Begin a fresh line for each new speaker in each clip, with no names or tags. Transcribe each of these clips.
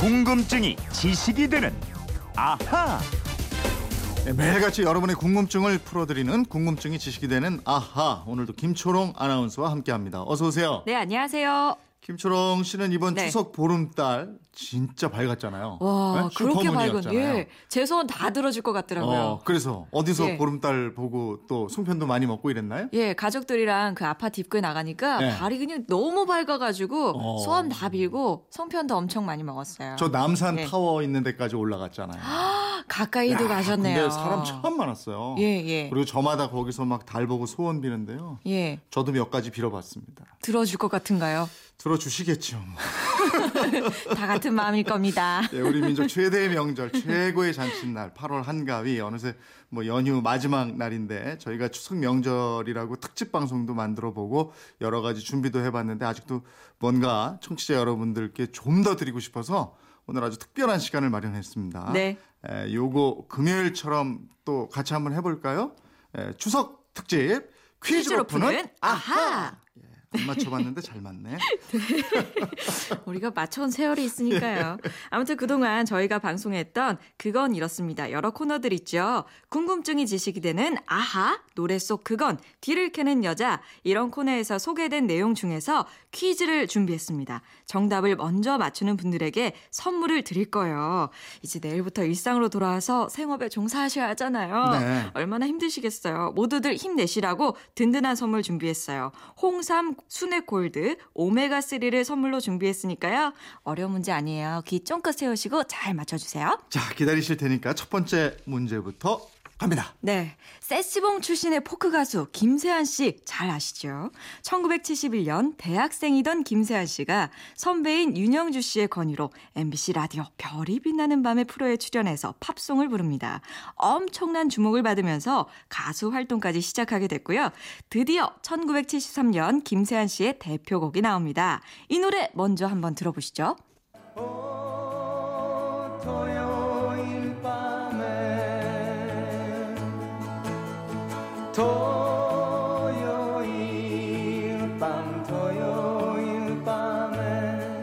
궁금증이 지식이 되는 아하.
네, 매일같이 여러분의 궁금증을 풀어드리는 궁금증이 지식이 되는 아하 오늘도 김초롱 아나운서와 함께합니다. 어서 오세요.
네, 안녕하세요.
김초롱 씨는 이번
네.
추석 보름달 진짜 밝았잖아요.
와,
네?
그렇게 밝은.
슈퍼문이었잖아요.
예. 제 소원 다 들어줄 것 같더라고요.
어, 그래서 어디서
예.
보름달 보고 또 송편도 많이 먹고 이랬나요?
예, 가족들이랑 그 아파트 입구에 나가니까
네.
발이 그냥 너무 밝아가지고
어.
소원 다 빌고 송편도 엄청 많이 먹었어요.
저 남산
예.
타워 있는 데까지 올라갔잖아요.
가까이도
야,
가셨네요.
근데 사람 참 많았어요.
예, 예.
그리고 저마다 거기서 막 달 보고 소원 비는데요.
예,
저도 몇 가지 빌어봤습니다.
들어줄 것 같은가요?
들어주시겠죠. 뭐.
다 같은 마음일 겁니다.
예, 우리 민족 최대의 명절, 최고의 잔칫날 8월 한가위 어느새 뭐 연휴 마지막 날인데 저희가 추석 명절이라고 특집 방송도 만들어 보고 여러 가지 준비도 해 봤는데 아직도 뭔가 청취자 여러분들께 좀 더 드리고 싶어서 오늘 아주 특별한 시간을 마련했습니다.
네.
에, 요거 금요일처럼 또 같이 한번 해 볼까요? 예, 추석 특집 퀴즈로,
퀴즈로
푸는 예,
푸는 아하!
안 맞춰봤는데 잘 맞네.
우리가 맞춰온 세월이 있으니까요. 아무튼 그동안 저희가 방송했던 그건 이렇습니다. 여러 코너들 있죠. 궁금증이 지식이 되는 아하, 노래 속 그건, 뒤를 캐는 여자 이런 코너에서 소개된 내용 중에서 퀴즈를 준비했습니다. 정답을 먼저 맞추는 분들에게 선물을 드릴 거예요. 이제 내일부터 일상으로 돌아와서 생업에 종사하셔야 하잖아요.
네.
얼마나 힘드시겠어요. 모두들 힘내시라고 든든한 선물 준비했어요. 홍삼 순액 골드 오메가 3를 선물로 준비했으니까요. 어려운 문제 아니에요. 귀 쫑긋 세우시고 잘 맞춰주세요.
자, 기다리실 테니까 첫 번째 문제부터 갑니다.
네. 세스봉 출신의 포크 가수 김세한 씨 잘 아시죠? 1971년 대학생이던 김세한 씨가 선배인 윤영주 씨의 건의로 MBC 라디오 별이 빛나는 밤의 프로에 출연해서 팝송을 부릅니다. 엄청난 주목을 받으면서 가수 활동까지 시작하게 됐고요. 드디어 1973년 김세한 씨의 대표곡이 나옵니다. 이 노래 먼저 한번 들어보시죠.
토요일 밤에 토요일 밤 토요일 밤에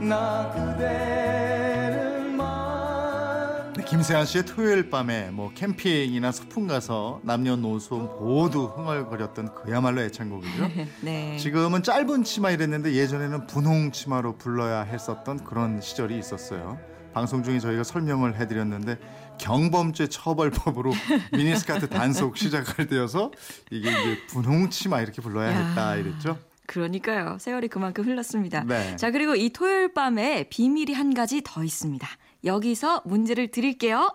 나 그대를 만
네, 김세한 씨의 토요일 밤에 뭐 캠핑이나 소풍 가서 남녀노소 모두 흥얼거렸던 그야말로 애창곡이죠.
네.
지금은 짧은 치마 이랬는데 예전에는 분홍 치마로 불러야 했었던 그런 시절이 있었어요. 방송 중에 저희가 설명을 해드렸는데 경범죄 처벌법으로 미니스카트 단속 시작할 때여서 이게 이제 분홍 치마 이렇게 불러야
야.
했다 이랬죠.
그러니까요. 세월이 그만큼 흘렀습니다.
네.
자, 그리고 이 토요일 밤에 비밀이 한 가지 더 있습니다. 여기서 문제를 드릴게요.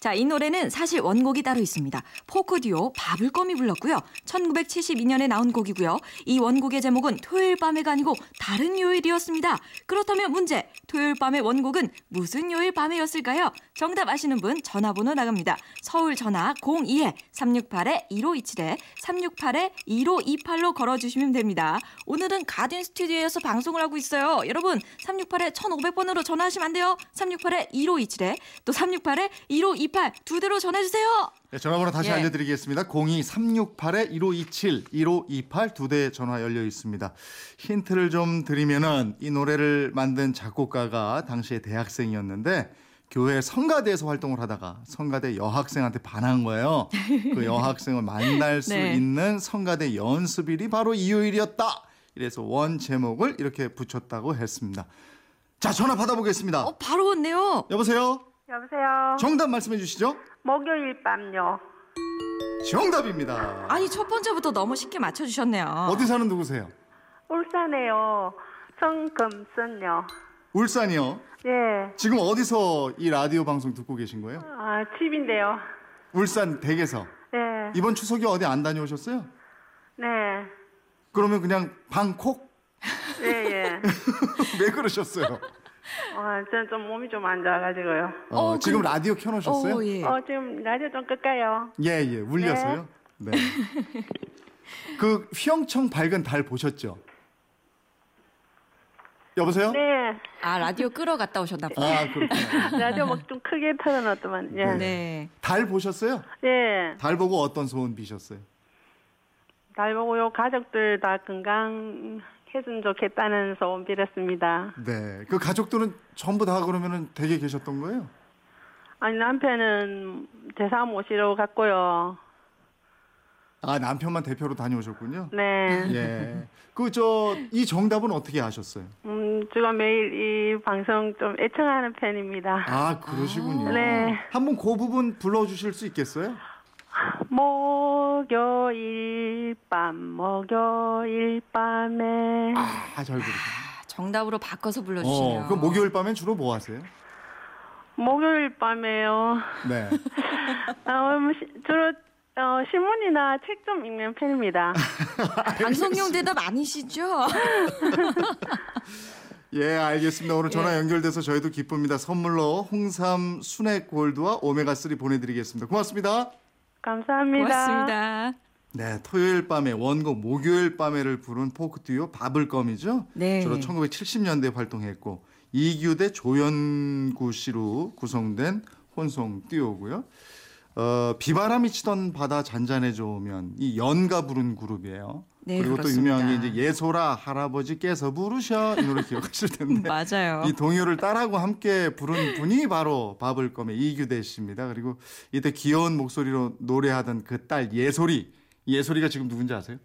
자, 이 노래는 사실 원곡이 따로 있습니다. 포크 듀오 바블껌이 불렀고요. 1972년에 나온 곡이고요. 이 원곡의 제목은 토요일 밤에가 아니고 다른 요일이었습니다. 그렇다면 문제. 토요일 밤의 원곡은 무슨 요일 밤에였을까요? 정답 아시는 분 전화번호 나갑니다. 서울 전화 02에 368에 1527에 368에 1528로 걸어주시면 됩니다. 오늘은 가든 스튜디오에서 방송을 하고 있어요. 여러분 368에 1500번으로 전화하시면 안 돼요. 368에 1527에 또 368에 1528 두 대로 전화주세요.
네, 전화번호 다시
예.
알려드리겠습니다. 02368-1527, 1528 두 대 전화 열려 있습니다. 힌트를 좀 드리면은 이 노래를 만든 작곡가가 당시에 대학생이었는데 교회 성가대에서 활동을 하다가 성가대 여학생한테 반한 거예요. 그 여학생을 만날 수
네.
있는 성가대 연습일이 바로 이요일이었다. 이래서 원 제목을 이렇게 붙였다고 했습니다. 자, 전화 받아보겠습니다.
어 바로 왔네요.
여보세요?
여보세요.
정답 말씀해 주시죠.
목요일 밤요.
정답입니다.
아니 첫 번째부터 너무 쉽게 맞춰주셨네요.
어디 사는 누구세요?
울산에요. 성금순요.
울산이요.
예.
지금 어디서 이 라디오 방송 듣고 계신 거예요?
아, 집인데요.
울산 댁에서.
네.
이번 추석에 어디 안 다녀오셨어요?
네.
그러면 그냥 방콕?
예, 예.
왜 그러셨어요?
어, 저는 좀 몸이 좀 안 좋아가지고요.
어,
어,
지금
근데-
라디오 켜놓으셨어요?
어, 예.
어, 지금 라디오 좀 끌까요?
예, 예, 울려서요? 네. 그 휘영청 밝은 달 보셨죠? 여보세요?
네.
아 라디오 끌어 갔다 오셨나 봐요.
아, 그렇구나.
라디오 막 좀 크게 틀어놨더만. 예.
네.
네.
달 보셨어요?
예.
달 보고 어떤 소원 비셨어요?
날 보고요. 가족들 다 건강 했으면 좋겠다는 소원 빌었습니다.
네. 그 가족들은 전부 다 그러면은 댁에 계셨던 거예요?
아니 남편은 대사 모시러 갔고요.
아, 남편만 대표로 다녀오셨군요.
네.
예. 그 저 이 정답은 어떻게 아셨어요?
음, 제가 매일 이 방송 좀 애청하는 편입니다.
아, 그러시군요.
아. 네.
한번 그 부분 불러 주실 수 있겠어요?
목요일 밤, 목요일 밤에
아, 잘 부르세요.
아, 정답으로 바꿔서 불러주시네요.
어, 그럼 목요일 밤엔 주로 뭐 하세요?
목요일 밤에요.
네.
어, 음, 시- 주로 어, 신문이나 책 좀 읽는
아.
편입니다.
방송용 대답 아니시죠?
예, 알겠습니다. 오늘 전화 연결돼서 저희도 기쁩니다. 선물로 홍삼 순액 골드와 오메가 3 보내드리겠습니다. 고맙습니다.
감사합니다.
고맙습니다.
네, 토요일 밤에 원곡 목요일 밤에를 부른 포크 듀오 바블껌이죠.
네.
주로 1970년대 활동했고 이규대 조연구 씨로 구성된 혼성 듀오고요. 어, 비바람이 치던 바다 잔잔해져 오면 이 연가 부른 그룹이에요.
네,
그리고
그렇습니다.
또 유명한 게 이제 예소라 할아버지 깨서 부르셔 이 노래 기억하실 텐데
맞아요.
이 동요를 딸하고 함께 부른 분이 바로 바블검의 이규대 씨입니다. 그리고 이때 귀여운 목소리로 노래하던 그 딸 예솔이 예솔이가 지금 누군지 아세요?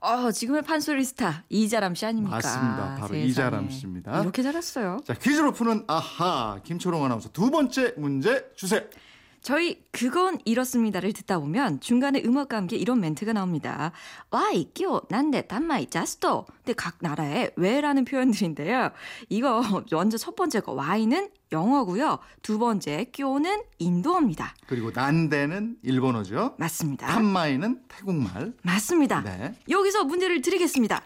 어, 지금의 판소리 스타 이자람 씨 아닙니까?
맞습니다. 바로 이자람 씨입니다.
이렇게 자랐어요.
자 퀴즈로 푸는 아하 김초롱 아나운서 두 번째 문제 주세요.
저희 그건 이렇습니다를 듣다 보면 중간에 음악과 함께 이런 멘트가 나옵니다. 와 이끼오 난데 단마이 자스토. 근데 각 나라의 왜라는 표현들인데요. 이거 먼저 첫 번째 거 와이는 영어고요. 두 번째 끼오는 인도어입니다.
그리고 난데는 일본어죠.
맞습니다.
한마이는 태국말.
맞습니다.
네.
여기서 문제를 드리겠습니다.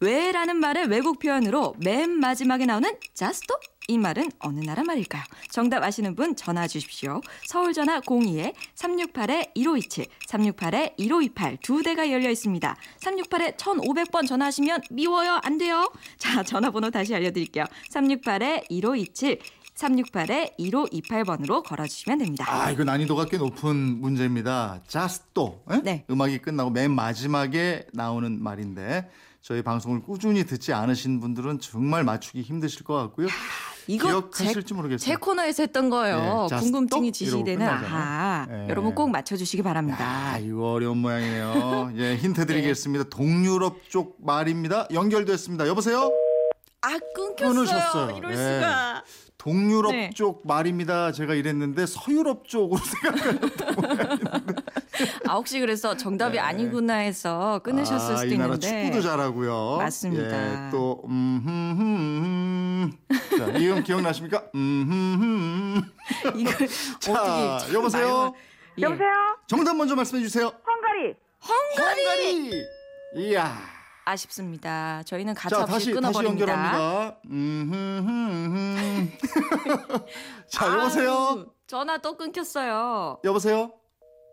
왜라는 말의 외국 표현으로 맨 마지막에 나오는 just 이 말은 어느 나라 말일까요? 정답 아시는 분 전화 주십시오. 서울 전화 02에 368-1527, 368-1528 두 대가 열려 있습니다. 368에 1500번 전화하시면 미워요, 안 돼요. 자, 전화번호 다시 알려드릴게요. 368-1527, 368-1528번으로 걸어주시면 됩니다.
아 이거 난이도가 꽤 높은 문제입니다. 자스토 예?
네.
음악이 끝나고 맨 마지막에 나오는 말인데 저희 방송을 꾸준히 듣지 않으신 분들은 정말 맞추기 힘드실 것 같고요.
이거 제
기억하실지 모르겠어요.
제 코너에서 했던 거예요.
예, 자,
궁금증이
스톱
지시되는
이러고 끝나잖아요.
아하.
예.
여러분 꼭 맞춰주시기 바랍니다.
아, 이거 어려운 모양이에요. 예, 힌트
네.
드리겠습니다. 동유럽 쪽 말입니다. 연결됐습니다. 여보세요?
아 끊겼어요.
끊으셨어요.
이럴
예.
수가.
동유럽
네.
쪽 말입니다. 제가 이랬는데 서유럽 쪽으로 생각을
아 혹시 그래서 정답이
네.
아니구나 해서 끊으셨을
아,
수도
이 나라
있는데.
축구도 잘하고요.
맞습니다.
예, 또 음, 흠, 흠, 흠. 자, 이음 기억나십니까? 음, 흠, 흠.
이걸
자,
어떻게 참
여보세요?
말만- 예.
여보세요?
정답 먼저 말씀해 주세요.
헝가리.
헝가리.
헝가리. 이야.
아쉽습니다. 저희는
자,
가차없이
다시 다시
끊어버립니다.
연결합니다. 음, 흠, 흠, 흠. 자, 여보세요?
아유, 전화 또 끊겼어요.
여보세요?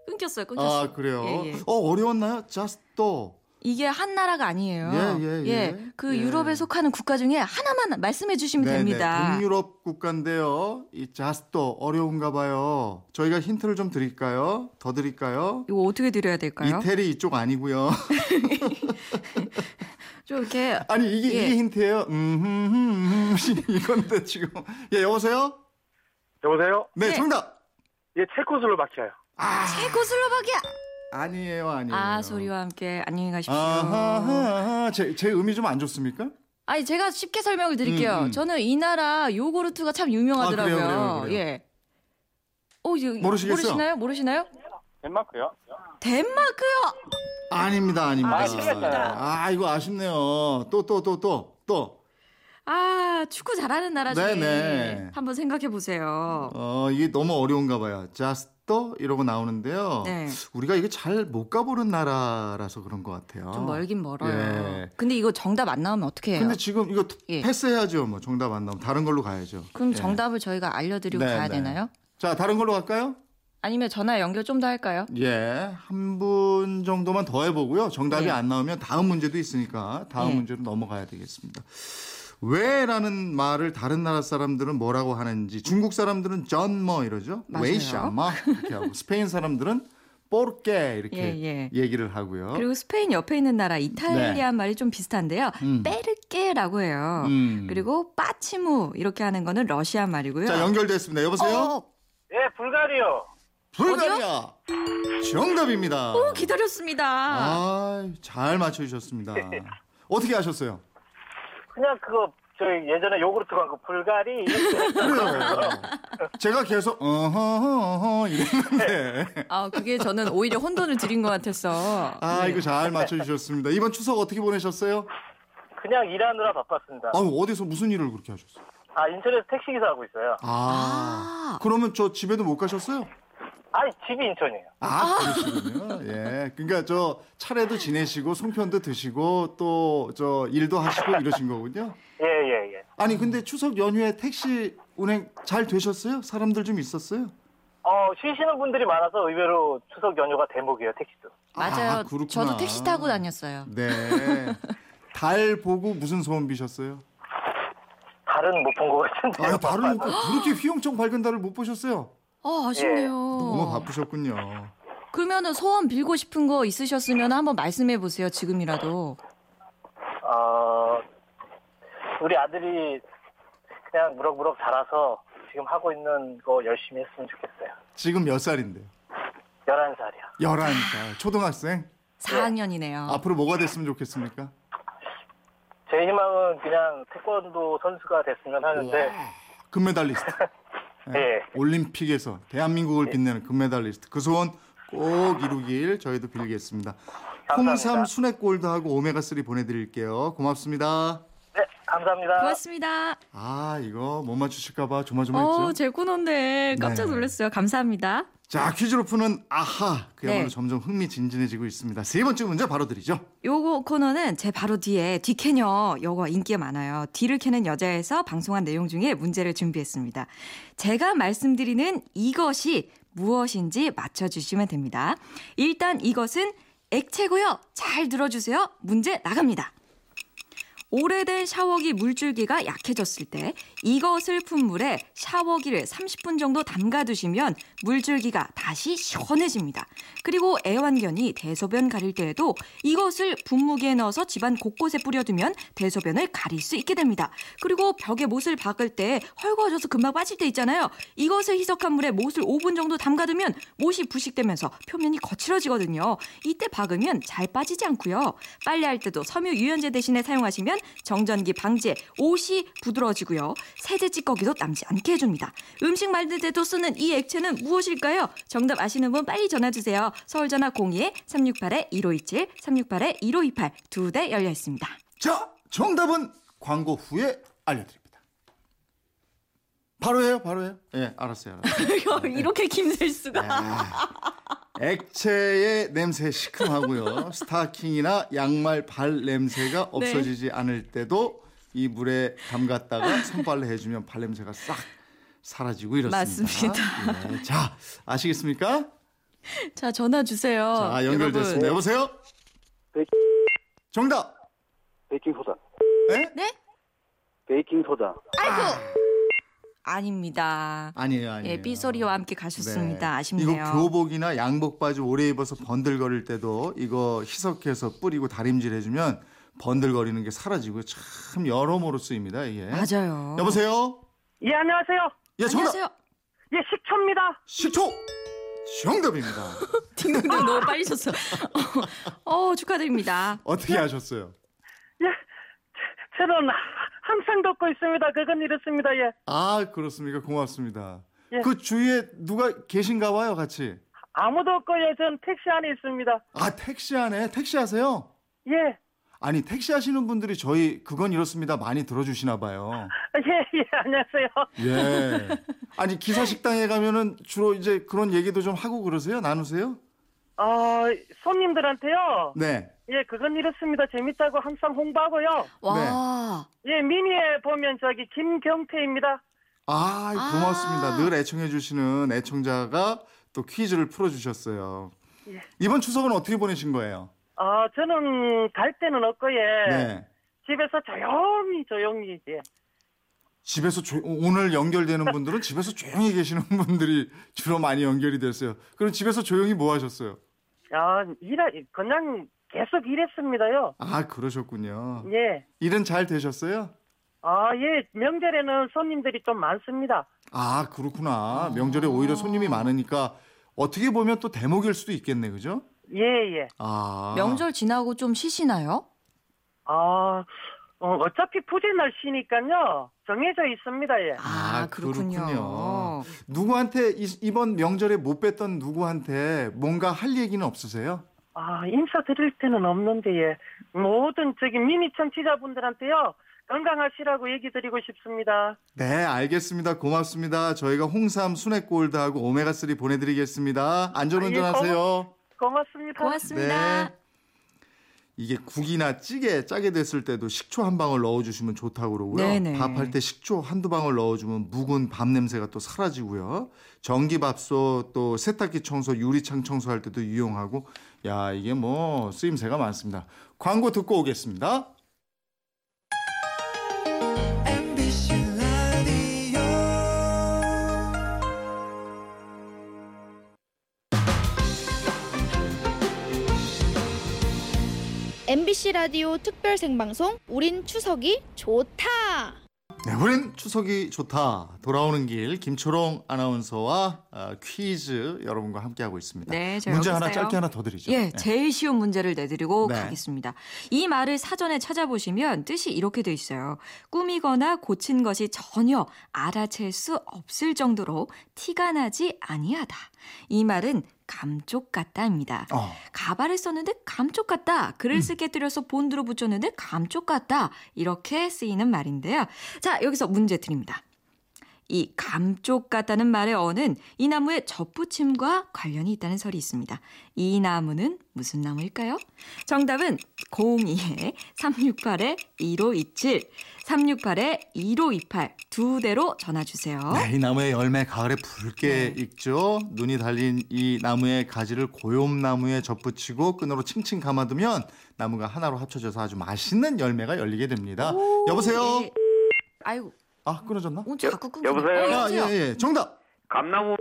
끊겼어요. 끊겼어요.
아 그래요.
예, 예.
어 어려웠나요? 자스토.
이게 한 나라가 아니에요.
예, 예, 예.
그
예. 네,
유럽에 속하는 국가 중에 하나만 말씀해 주시면 됩니다.
동유럽 국가인데요. 이 자스토 어려운가 봐요. 저희가 힌트를 좀 드릴까요? 더 드릴까요?
이거 어떻게 드려야 될까요?
이태리 이쪽 아니고요.
좀 이렇게
아니 이게
예.
이게 힌트예요. 음, 흠, 흠, 흠. 이건데 지금. 예 여보세요?
여보세요?
네
예.
정답.
예, 체코슬로바키아요.
체코슬로바키아
아니에요 아니에요.
아 소리와 함께 안녕히 가십시오.
아하 제제 음이 좀 안 좋습니까?
아니 제가 쉽게 설명을 드릴게요.
음, 음.
저는 이 나라 요구르트가 참 유명하더라고요.
아, 그래요, 그래요, 그래요.
예. 어, 이거
모르시겠어요?
모르시나요? 모르시나요?
덴마크요?
덴마크요.
아닙니다 아닙니다.
아, 틀렸어요.
아, 이거 아쉽네요. 또 또, 또, 또, 또.
아 축구 잘하는 나라 중에
네네.
한번 생각해 보세요.
어, 이게 너무 어려운가 봐요. 자스터 이러고 나오는데요.
네.
우리가 이게 잘 못 가보는 나라라서 그런 것 같아요.
좀 멀긴 멀어요.
예.
근데 이거 정답 안 나오면 어떻게 해요?
근데 지금 이거
예.
패스해야죠. 뭐 정답 안 나오면 다른 걸로 가야죠.
그럼
예.
정답을 저희가 알려드리고
네,
가야
네.
되나요?
자, 다른 걸로 갈까요?
아니면 전화 연결 좀 더 할까요?
예. 한 분 정도만 더 해보고요. 정답이
예.
안 나오면 다음 문제도 있으니까 다음
예.
문제로 넘어가야 되겠습니다. 왜라는 말을 다른 나라 사람들은 뭐라고 하는지 중국 사람들은 전 뭐 이러죠.
맞아요.
웨이샤마 이렇게 하고 스페인 사람들은 뽀르게 이렇게
예, 예.
얘기를 하고요.
그리고 스페인 옆에 있는 나라 이탈리아 말이 좀 비슷한데요.
네. 음.
빼르게라고 해요.
음.
그리고 빠치무 이렇게 하는 거는 러시아 말이고요.
자 연결됐습니다. 여보세요.
어,
예, 불가리요.
불가리아 정답입니다.
어, 기다렸습니다.
아, 잘 맞춰주셨습니다. 어떻게 아셨어요?
그냥 그거 저희 예전에 요구르트가 그 불가리
그래요. 제가 계속 어허 어허 이랬는데
아, 그게 저는 오히려 혼돈을 드린 것 같아서.
아
네.
이거 잘 맞춰주셨습니다. 이번 추석 어떻게 보내셨어요?
그냥 일하느라 바빴습니다.
아유 어디서 무슨 일을 그렇게 하셨어요?
아 인천에서 택시 기사 하고 있어요.
아,
아.
그러면 저 집에도 못 가셨어요?
아니 집이 인천이에요.
아 그러시군요. 예, 그러니까 저 차례도 지내시고 송편도 드시고 또 저 일도 하시고 이러신 거군요.
예예 예,
아니 근데 추석 연휴에 택시 운행 잘 되셨어요? 사람들 좀 있었어요?
어 쉬시는 분들이 많아서 의외로 추석 연휴가 대목이에요 택시도.
맞아요.
아, 그렇구나.
저도 택시 타고 다녔어요.
네. 달 보고 무슨 소원 비셨어요?
달은 못 본 것 같은데.
아, 달을 못 봐. 그렇게 휘영청 밝은 달을 못 보셨어요?
어, 아쉽네요.
너무 바쁘셨군요.
그러면은 소원 빌고 싶은 거 있으셨으면 한번 말씀해 보세요. 지금이라도.
어, 우리 아들이 그냥 무럭무럭 자라서 지금 하고 있는 거 열심히 했으면 좋겠어요.
지금 몇 살인데요?
11살이야.
11살. 초등학생?
4학년이네요.
앞으로 뭐가 됐으면 좋겠습니까?
제 희망은 그냥 태권도 선수가 됐으면 하는데,
금메달리스트.
예.
올림픽에서
예.
대한민국을 빛내는 금메달리스트. 그 소원 꼭 이루길 저희도 빌겠습니다. 홍삼 순액골드 하고 오메가3 보내드릴게요. 고맙습니다.
네, 감사합니다.
고맙습니다.
아, 이거 못 맞추실까봐
어,
조마조마했죠?
제 코너인데 깜짝
뭐 네.
놀랐어요. 감사합니다.
자, 퀴즈로 푸는 아하. 그야말로
네.
점점 흥미진진해지고 있습니다. 세 번째 문제 바로 드리죠.
요거 코너는 제 바로 뒤에 뒤캐녀 요거 인기가 많아요. 뒤를 캐는 여자에서 방송한 내용 중에 문제를 준비했습니다. 제가 말씀드리는 이것이 무엇인지 맞춰주시면 됩니다. 일단 이것은 액체고요. 잘 들어주세요. 문제 나갑니다. 오래된 샤워기 물줄기가 약해졌을 때 이것을 푼 물에 샤워기를 30분 정도 담가두시면 물줄기가 다시 시원해집니다. 그리고 애완견이 대소변 가릴 때에도 이것을 분무기에 넣어서 집안 곳곳에 뿌려두면 대소변을 가릴 수 있게 됩니다. 그리고 벽에 못을 박을 때 헐거워져서 금방 빠질 때 있잖아요. 이것을 희석한 물에 못을 5분 정도 담가두면 못이 부식되면서 표면이 거칠어지거든요. 이때 박으면 잘 빠지지 않고요. 빨래할 때도 섬유 유연제 대신에 사용하시면 정전기 방지에 옷이 부드러워지고요. 세제 찌꺼기도 남지 않게 해줍니다. 음식 만들 때도 쓰는 이 액체는 무엇일까요? 정답 아시는 분 빨리 전화주세요. 서울전화 02-368-1527, 368-1528 두 대 열려 있습니다.
자, 정답은 광고 후에 알려드립니다. 바로 해요, 바로 해요. 예, 알았어요, 알았어요.
이렇게 김셀수가.
액체의 냄새 시큼하고요. 스타킹이나 양말 발 냄새가
네.
없어지지 않을 때도 이 물에 담갔다가 손빨래 해주면 발 냄새가 싹 사라지고 이렇습니다. 예, 자, 아시겠습니까?
자, 전화 주세요.
네. 자, 연결됐습니다.
어, 여러분.
여보세요?
네.
정답!
베이킹 소다.
예?
네?
베이킹 소다.
아닙니다.
아니에요, 아니에요.
예, 삐소리와 함께 가셨습니다.
네.
아쉽네요.
이거 교복이나 양복 바지 오래 입어서 번들거릴 때도 이거 희석해서 뿌리고 다림질 해주면 번들거리는 게 사라지고 참 여러모로 쓰입니다. 이게.
맞아요.
여보세요.
예, 안녕하세요.
예, 정답.
안녕하세요.
예, 식초입니다.
식초. 정답입니다.
딩동댕 너무 빨리 쳤어. 어, 축하드립니다.
어떻게 아셨어요?
저는 항상 듣고 있습니다. 그건 이렇습니다. 예.
아 그렇습니까? 고맙습니다.
예.
그 주위에 누가 계신가 봐요, 같이.
아무도 없고, 예, 전 택시 안에 있습니다.
아 택시 안에 택시 하세요?
예.
아니 택시 하시는 분들이 저희 그건 이렇습니다 많이 들어주시나 봐요.
예, 예, 안녕하세요.
예. 아니 기사 식당에 가면은 주로 이제 그런 얘기도 좀 하고 그러세요? 나누세요?
어, 손님들한테요.
네.
예, 그건 이렇습니다. 재밌다고 항상 홍보하고요.
와.
예, 미니에 보면 저기 김경태입니다.
아 고맙습니다.
아.
늘 애청해 주시는 애청자가 또 퀴즈를 풀어주셨어요. 이번 추석은 어떻게 보내신 거예요?
아, 저는 갈 데는 없고, 예.
네.
집에서 조용히, 조용히, 예.
집에서 조- 오늘 연결되는 분들은 집에서 조용히 계시는 분들이 주로 많이 연결이 됐어요. 그럼 집에서 조용히 뭐 하셨어요?
아, 일하, 그냥 계속 일했습니다요.
아 그러셨군요.
예.
일은 잘 되셨어요?
아, 예. 명절에는 손님들이 좀 많습니다.
아 그렇구나. 명절에 오히려 손님이 많으니까 어떻게 보면 또 대목일 수도 있겠네, 그죠?
예, 예.
아
명절 지나고 좀 쉬시나요?
아, 어, 어차피 푸제 날씨니까요. 정해져 있습니다, 예.
아,
아,
그렇군요.
그렇군요. 누구한테 이, 번 명절에 못 뵀던 누구한테 뭔가 할 얘기는 없으세요?
아, 인사드릴 때는 없는데, 예. 모든 저기 미니 청취자분들한테요. 건강하시라고 얘기 드리고 싶습니다.
네, 알겠습니다. 고맙습니다. 저희가 홍삼 순액골드하고 오메가3 보내드리겠습니다.
아, 예,
안전운전하세요.
고맙습니다.
고맙습니다.
네. 이게 국이나 찌개 짜게 됐을 때도 식초 한 방울 넣어주시면 좋다고 그러고요.
네네.
밥할 때 식초 한두 방울 넣어주면 묵은 밥 냄새가 또 사라지고요. 전기밥솥 또 세탁기 청소, 유리창 청소할 때도 유용하고 야 이게 뭐 쓰임새가 많습니다. 광고 듣고 오겠습니다.
MBC 라디오
MBC 라디오 특별 생방송 우린 추석이 좋다.
네, 우린 추석이 좋다. 돌아오는 길 김초롱 아나운서와 어, 퀴즈 여러분과 함께하고 있습니다.
네, 저
문제
여기
하나
있어요.
짧게 하나 더 드리죠.
예,
네.
제일 쉬운 문제를 내드리고
네.
가겠습니다. 이 말을 사전에 찾아보시면 뜻이 이렇게 돼 있어요. 꾸미거나 고친 것이 전혀 알아챌 수 없을 정도로 티가 나지 아니하다. 이 말은 감쪽 같다입니다.
어.
가발을 썼는데 감쪽 같다. 글을 쓰게 들여서 본드로 붙였는데 감쪽 같다. 이렇게 쓰이는 말인데요. 자, 여기서 문제 드립니다. 이 감쪽 같다는 말의 어는 이 나무의 접붙임과 관련이 있다는 설이 있습니다. 이 나무는 무슨 나무일까요? 정답은 02에 368에 1527, 368에 1528 두 대로 전화 주세요.
네, 이 나무의 열매 가을에 붉게
네.
익죠. 눈이 달린 이 나무의 가지를 고염나무에 접붙이고 끈으로 칭칭 감아두면 나무가 하나로 합쳐져서 아주 맛있는 열매가 열리게 됩니다. 여보세요.
네. 아이고,
아 끊어졌나?
어, 자꾸 끊겨.
여보세요?
어,
아,
여보세요?
예, 예. 정답
감나무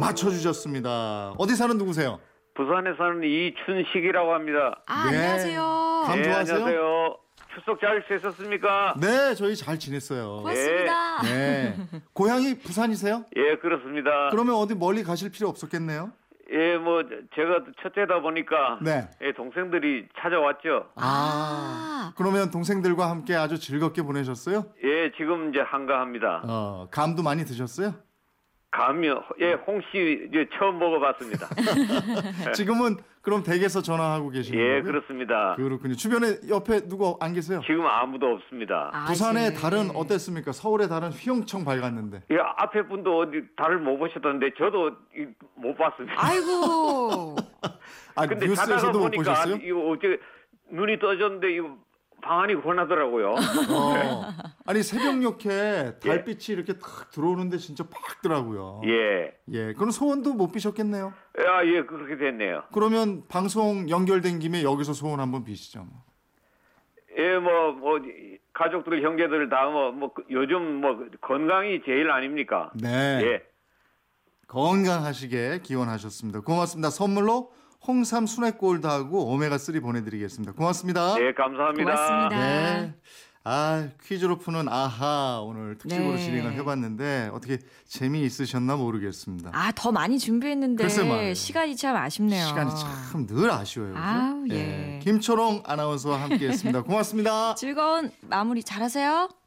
맞춰주셨습니다. 어디 사는 누구세요?
부산에 사는 이춘식이라고 합니다.
아,
네.
안녕하세요.
감-
예,
좋아하세요?
안녕하세요. 추석 잘 지내셨습니까?
네, 저희 잘 지냈어요.
고맙습니다.
네. 고향이 부산이세요?
예, 그렇습니다.
아.
그러면 어디 멀리 가실 필요 없었겠네요.
예, 뭐 제가 첫째다 보니까
네.
예, 동생들이 찾아왔죠.
아, 그러면 동생들과 함께 아주 즐겁게 보내셨어요?
예, 지금 이제 한가합니다.
어, 감도 많이 드셨어요?
감이 예, 홍씨 이제 처음 먹어봤습니다.
지금은 그럼 댁에서 전화하고 계시는 거예요?
예, 그렇습니다.
그렇군요. 주변에 옆에 누구 안 계세요?
지금 아무도 없습니다.
아,
부산의
이제.
달은 어땠습니까? 서울의 달은 휘영청 밝았는데.
예, 앞에 분도 어디 다를 못 보셨던데 저도 이- 못 봤습니다.
아, 아이고.
아,
근데
뉴스에서도
자다가
못
보니까
보셨어요?
아니, 이거 어제 눈이 떠졌는데 이거 방안이 곤하더라고요.
어. 아니 새벽녘에 달빛이 이렇게 탁 들어오는데 진짜 밝더라고요.
예.
예, 그럼 소원도 못 비셨겠네요.
아, 예, 그렇게 됐네요.
그러면 방송 연결된 김에 여기서 소원 한번 비시죠. 뭐.
예, 뭐, 뭐, 가족들, 형제들 다 뭐, 뭐, 그- 요즘 뭐, 건강이 제일 아닙니까?
네.
예.
건강하시게 기원하셨습니다. 고맙습니다. 선물로 홍삼 순액골드하고 오메가3 보내드리겠습니다. 고맙습니다.
예, 감사합니다.
어? 고맙습니다.
네. 아 퀴즈로 푸는 아하 오늘 특집으로
네.
진행을 해봤는데 어떻게 재미 있으셨나 모르겠습니다.
아, 더
글쎄
많이
말이에요.
준비했는데 시간이 참 아쉽네요.
시간이 참 늘 아쉬워요. 그죠? 네.
아우, 예.
김초롱 아나운서와 함께했습니다. 고맙습니다.
즐거운 마무리 잘하세요.